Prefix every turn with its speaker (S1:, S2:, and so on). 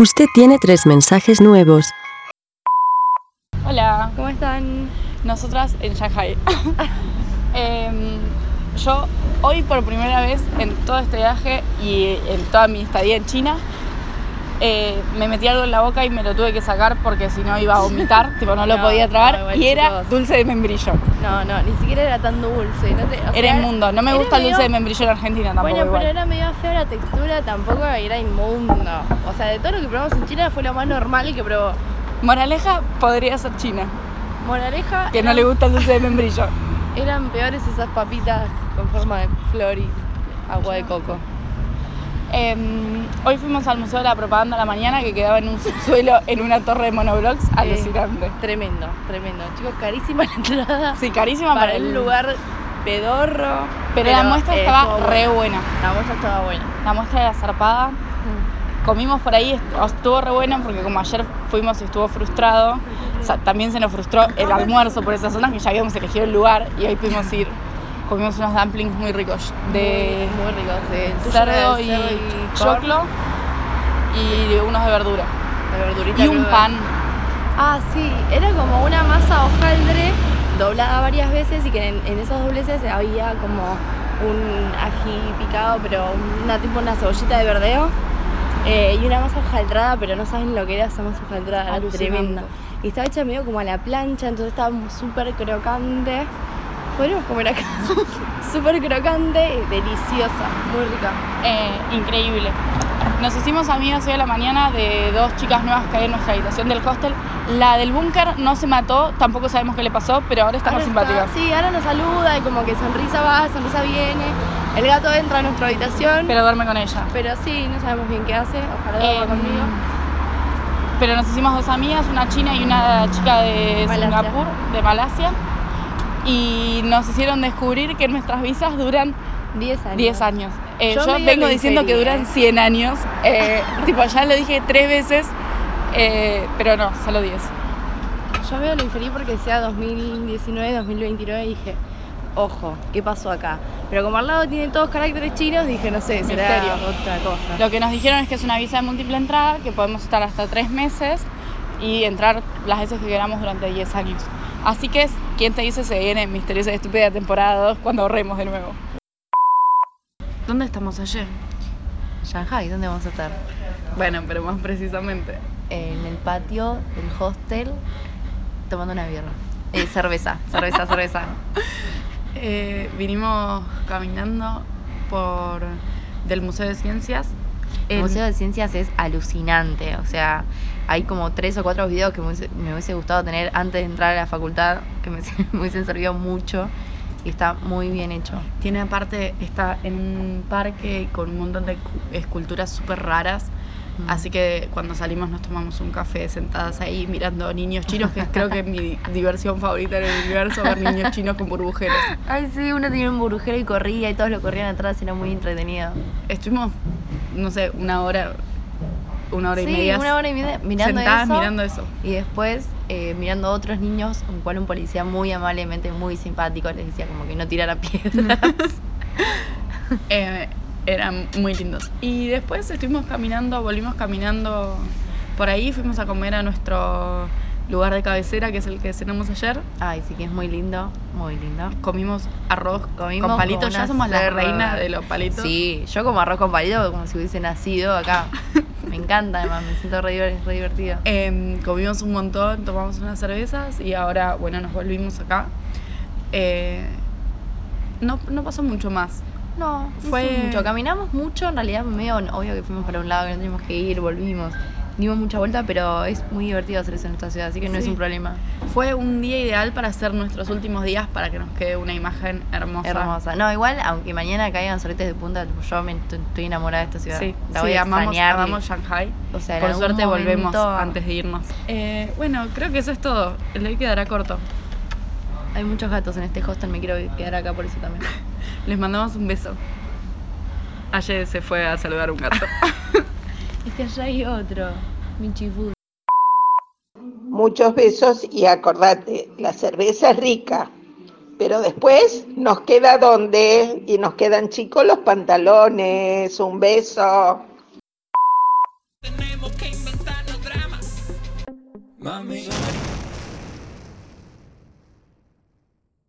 S1: Usted tiene tres mensajes nuevos.
S2: Hola,
S3: ¿Cómo están?
S2: nosotras en Shanghai. Em, yo hoy por primera vez en todo este viaje y en toda mi estadía en China, eh, me metí algo en la boca y me lo tuve que sacar porque si no iba a vomitar, tipo no lo
S3: No,
S2: podía
S3: no,
S2: tragar
S3: igual,
S2: y era
S3: chicos.
S2: dulce de membrillo.
S3: No, no, ni siquiera era tan dulce. No te, o sea,
S2: Era inmundo, no me
S3: era
S2: gusta el dulce de
S3: medio-
S2: membrillo en Argentina tampoco.
S3: Bueno,
S2: igual.
S3: pero era medio fea la textura, tampoco era inmundo. O sea, de todo lo que probamos en China fue lo más normal que probó.
S2: Moraleja podría ser China,
S3: Moraleja.
S2: que no
S3: eran-
S2: le gusta el dulce de membrillo.
S3: Eran peores esas papitas con forma de flor y agua de coco.
S2: Em, hoy fuimos al Museo de la Propaganda a la mañana que quedaba en un subsuelo en una torre de monoblocks alucinante.
S3: Tremendo, tremendo. Chicos, carísima la entrada.
S2: Sí, carísima
S3: para
S2: para
S3: el
S2: el
S3: lugar pedorro.
S2: Pero, la muestra
S3: eh,
S2: estaba
S3: estuvo
S2: re
S3: buena.
S2: buena.
S3: La muestra estaba buena.
S2: La muestra era zarpada. Comimos por ahí, est- estuvo re buena porque como ayer fuimos y estuvo frustrado, o sea, también se nos frustró el almuerzo por esa zona que ya habíamos elegido el lugar y hoy pudimos ir. Comimos unos dumplings muy ricos de
S3: Muy, muy ricos. De tuyo era de
S2: cerdo y
S3: corn,
S2: choclo y unos de verdura.
S3: de verdurita
S2: Y un
S3: cruda.
S2: pan.
S3: Ah, sí, era como una masa hojaldre doblada varias veces y que en, en esos dobleces había como un ají picado, pero una tipo una cebollita de verdeo. eh, y una masa hojaldrada, pero no saben lo que era esa masa hojaldrada, era
S2: Alucinante.
S3: tremenda. Y estaba hecha medio como a la plancha, entonces estaba súper crocante. Podríamos comer acá. súper crocante y deliciosa, muy rica.
S2: Eh, increíble. Nos hicimos amigas hoy a la mañana de dos chicas nuevas que hay en nuestra habitación del hostel. La del búnker no se mató, tampoco sabemos qué le pasó, pero ahora está
S3: Ahora
S2: más
S3: está-
S2: simpática.
S3: sí, ahora nos saluda y como que sonrisa va, sonrisa viene. El gato entra a nuestra habitación.
S2: Pero duerme con ella.
S3: Pero sí, no sabemos bien qué hace. Ojalá
S2: Eh,
S3: duerma conmigo.
S2: Pero nos hicimos dos amigas, una china y una chica de
S3: Malasia.
S2: Singapur, de Malasia. Y nos hicieron descubrir que nuestras visas duran
S3: 10 años.
S2: 10 años. Eh,
S3: Yo
S2: yo
S3: medio
S2: vengo
S3: lo
S2: diciendo que
S3: inferí,
S2: duran
S3: eh.
S2: 100 años. Eh, tipo, ya lo dije tres veces, eh, pero no, solo 10.
S3: Yo veo lo inferí porque sea 2019, 2029 y dije, ojo, ¿qué pasó acá? Pero como al lado tiene todos caracteres chinos, dije, no sé, será
S2: Misterio.
S3: otra cosa.
S2: Lo que nos dijeron es que es una visa de múltiple entrada, que podemos estar hasta tres meses y entrar las veces que queramos durante 10 años. Así que, ¿quién te dice se viene Misteriosa y Estúpida temporada 2 cuando ahorremos de nuevo? ¿Dónde estamos ayer?
S3: Shanghai, ¿dónde vamos a estar?
S2: Bueno, pero más precisamente.
S3: En el patio del hostel, tomando una birra. Eh, cerveza, cerveza, cerveza.
S2: Eh, vinimos caminando por del Museo de Ciencias.
S3: El
S2: en-
S3: Museo de Ciencias es alucinante, o sea, hay como tres o cuatro videos que me hubiese, me hubiese gustado tener antes de entrar a la facultad, que me, me hubiesen servido mucho y está muy bien hecho.
S2: Tiene aparte, está en un parque con un montón de cu- esculturas súper raras.
S3: Mm.
S2: Así que cuando salimos nos tomamos un café sentadas ahí mirando niños chinos, que creo que es mi diversión favorita en el universo, ver niños chinos con burbujeros.
S3: Ay, sí, uno tenía un burujero y corría y todos lo corrían atrás, era muy entretenido.
S2: Estuvimos, no sé, una hora, una hora
S3: sí,
S2: y media
S3: una hora y media mirando
S2: sentadas
S3: eso.
S2: mirando eso.
S3: Y después eh, mirando a otros niños, un cual un policía muy amablemente, muy simpático, les decía como que no tirara piedras.
S2: Eh, eran muy lindos. Y después estuvimos caminando, volvimos caminando por ahí, fuimos a comer a nuestro lugar de cabecera, que es el que cenamos ayer.
S3: Ay, sí que es muy lindo, muy lindo.
S2: Comimos arroz
S3: Comimos
S2: con palitos,
S3: como
S2: ya
S3: una
S2: somos la
S3: cerda.
S2: reina de los palitos.
S3: Sí, yo como arroz con palito, como si hubiese nacido acá. Me encanta, además, me siento re, diver- re divertida.
S2: Em, comimos un montón, tomamos unas cervezas y ahora, bueno, nos volvimos acá. Eh, no, no pasó mucho más.
S3: No,
S2: fue-
S3: fue mucho. Caminamos mucho, en realidad, medio obvio que fuimos para un lado que no teníamos que ir, volvimos. Dimos mucha vuelta, pero es muy divertido hacer eso en esta ciudad, así que no es
S2: Sí.
S3: un problema.
S2: Fue un día ideal para hacer nuestros últimos días para que nos quede una imagen hermosa.
S3: Hermosa. No, igual, aunque mañana caigan soletes de punta, tipo, yo me estoy estoy enamorada de esta ciudad.
S2: Sí,
S3: La
S2: sí,
S3: voy a
S2: amamos,
S3: extrañar.
S2: amamos Shanghai.
S3: O sea, en
S2: Por
S3: algún
S2: suerte volvemos
S3: momento-
S2: antes de irnos. Eh, bueno, creo que eso es todo. El de hoy quedará corto.
S3: Hay muchos gatos en este hostel, me quiero quedar acá por eso también.
S2: Les mandamos un beso. Ayer se fue a saludar a un gato.
S3: es que allá hay Este otro, Michifu.
S4: Muchos besos y acordate, la cerveza es rica, pero después nos queda donde y nos quedan chicos los pantalones. Un beso.
S5: Tenemos que inventar. Mami,